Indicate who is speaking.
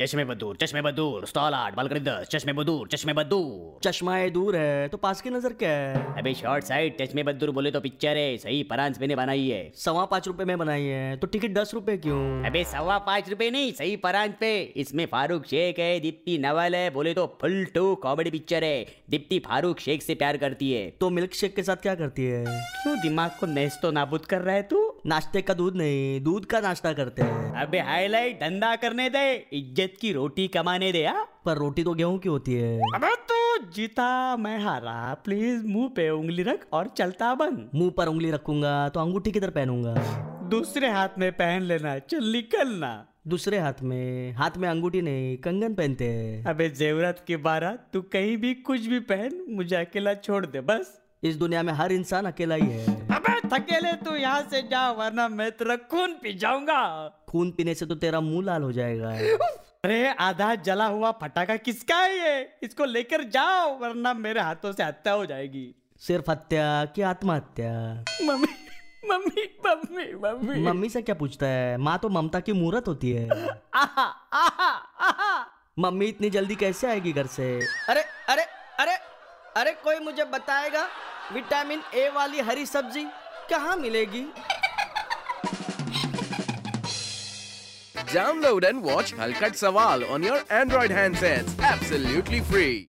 Speaker 1: चश्मे बदूर चश्मे बदूर स्टॉल आठ बालकनी दस चश्मे बदूर चश्मे बदूर
Speaker 2: चश्माए दूर है तो पास की नजर क्या है
Speaker 1: अबे शॉर्ट साइड चश्मे बदूर बोले तो पिक्चर है सही परांजपे ने बनाई है
Speaker 2: सवा पाँच रुपए में बनाई है तो टिकट दस रुपए क्यों
Speaker 1: अबे सवा पाँच रुपए नहीं सही परांज पे इसमें फारूक शेख है दीप्ति नवल है बोले तो फुल टू कॉमेडी पिक्चर है दीप्ति फारूक शेख से प्यार करती है
Speaker 2: तो मिल्क शेक के साथ क्या करती है
Speaker 1: क्यों दिमाग को नेस्तो नाबूद कर रहा है तू
Speaker 2: नाश्ते का दूध नहीं दूध का नाश्ता करते हैं
Speaker 1: अबे हाईलाइट धंधा करने दे इज्जत की रोटी कमाने दे हाँ
Speaker 2: पर रोटी तो गेहूं की होती है
Speaker 1: अबे तू जीता मैं हारा प्लीज मुंह पे उंगली रख और चलता बन
Speaker 2: मुंह पर उंगली रखूंगा तो अंगूठी किधर पहनूंगा
Speaker 1: दूसरे हाथ में पहन लेना चल निकलना
Speaker 2: दूसरे हाथ में हाथ में अंगूठी नहीं कंगन पहनते हैं
Speaker 1: अबे जेवरात के बारह तू कहीं भी कुछ भी पहन मुझे अकेला छोड़ दे बस
Speaker 2: इस दुनिया में हर इंसान अकेला ही है
Speaker 1: अबे थकेले तू यहाँ से जा वरना मैं तेरा खून पी जाऊंगा
Speaker 2: खून पीने से तो तेरा मुंह लाल हो जाएगा
Speaker 1: अरे आधा जला हुआ फटाका किसका है ये इसको लेकर जाओ वरना मेरे हाथों से हत्या हो जाएगी
Speaker 2: सिर्फ हत्या की आत्महत्या
Speaker 1: mummy mummy mummy mummy
Speaker 2: mummy से क्या पूछता है माँ तो ममता की मूर्त होती है
Speaker 1: आहा आहा आहा
Speaker 2: मम्मी इतनी जल्दी कैसे आएगी घर से अरे अरे अरे अरे कोई मुझे बताएगा विटामिन ए वाली हरी सब्जी कहाँ मिलेगी
Speaker 3: Download and watch Halkat Sawal on your Android handsets absolutely free.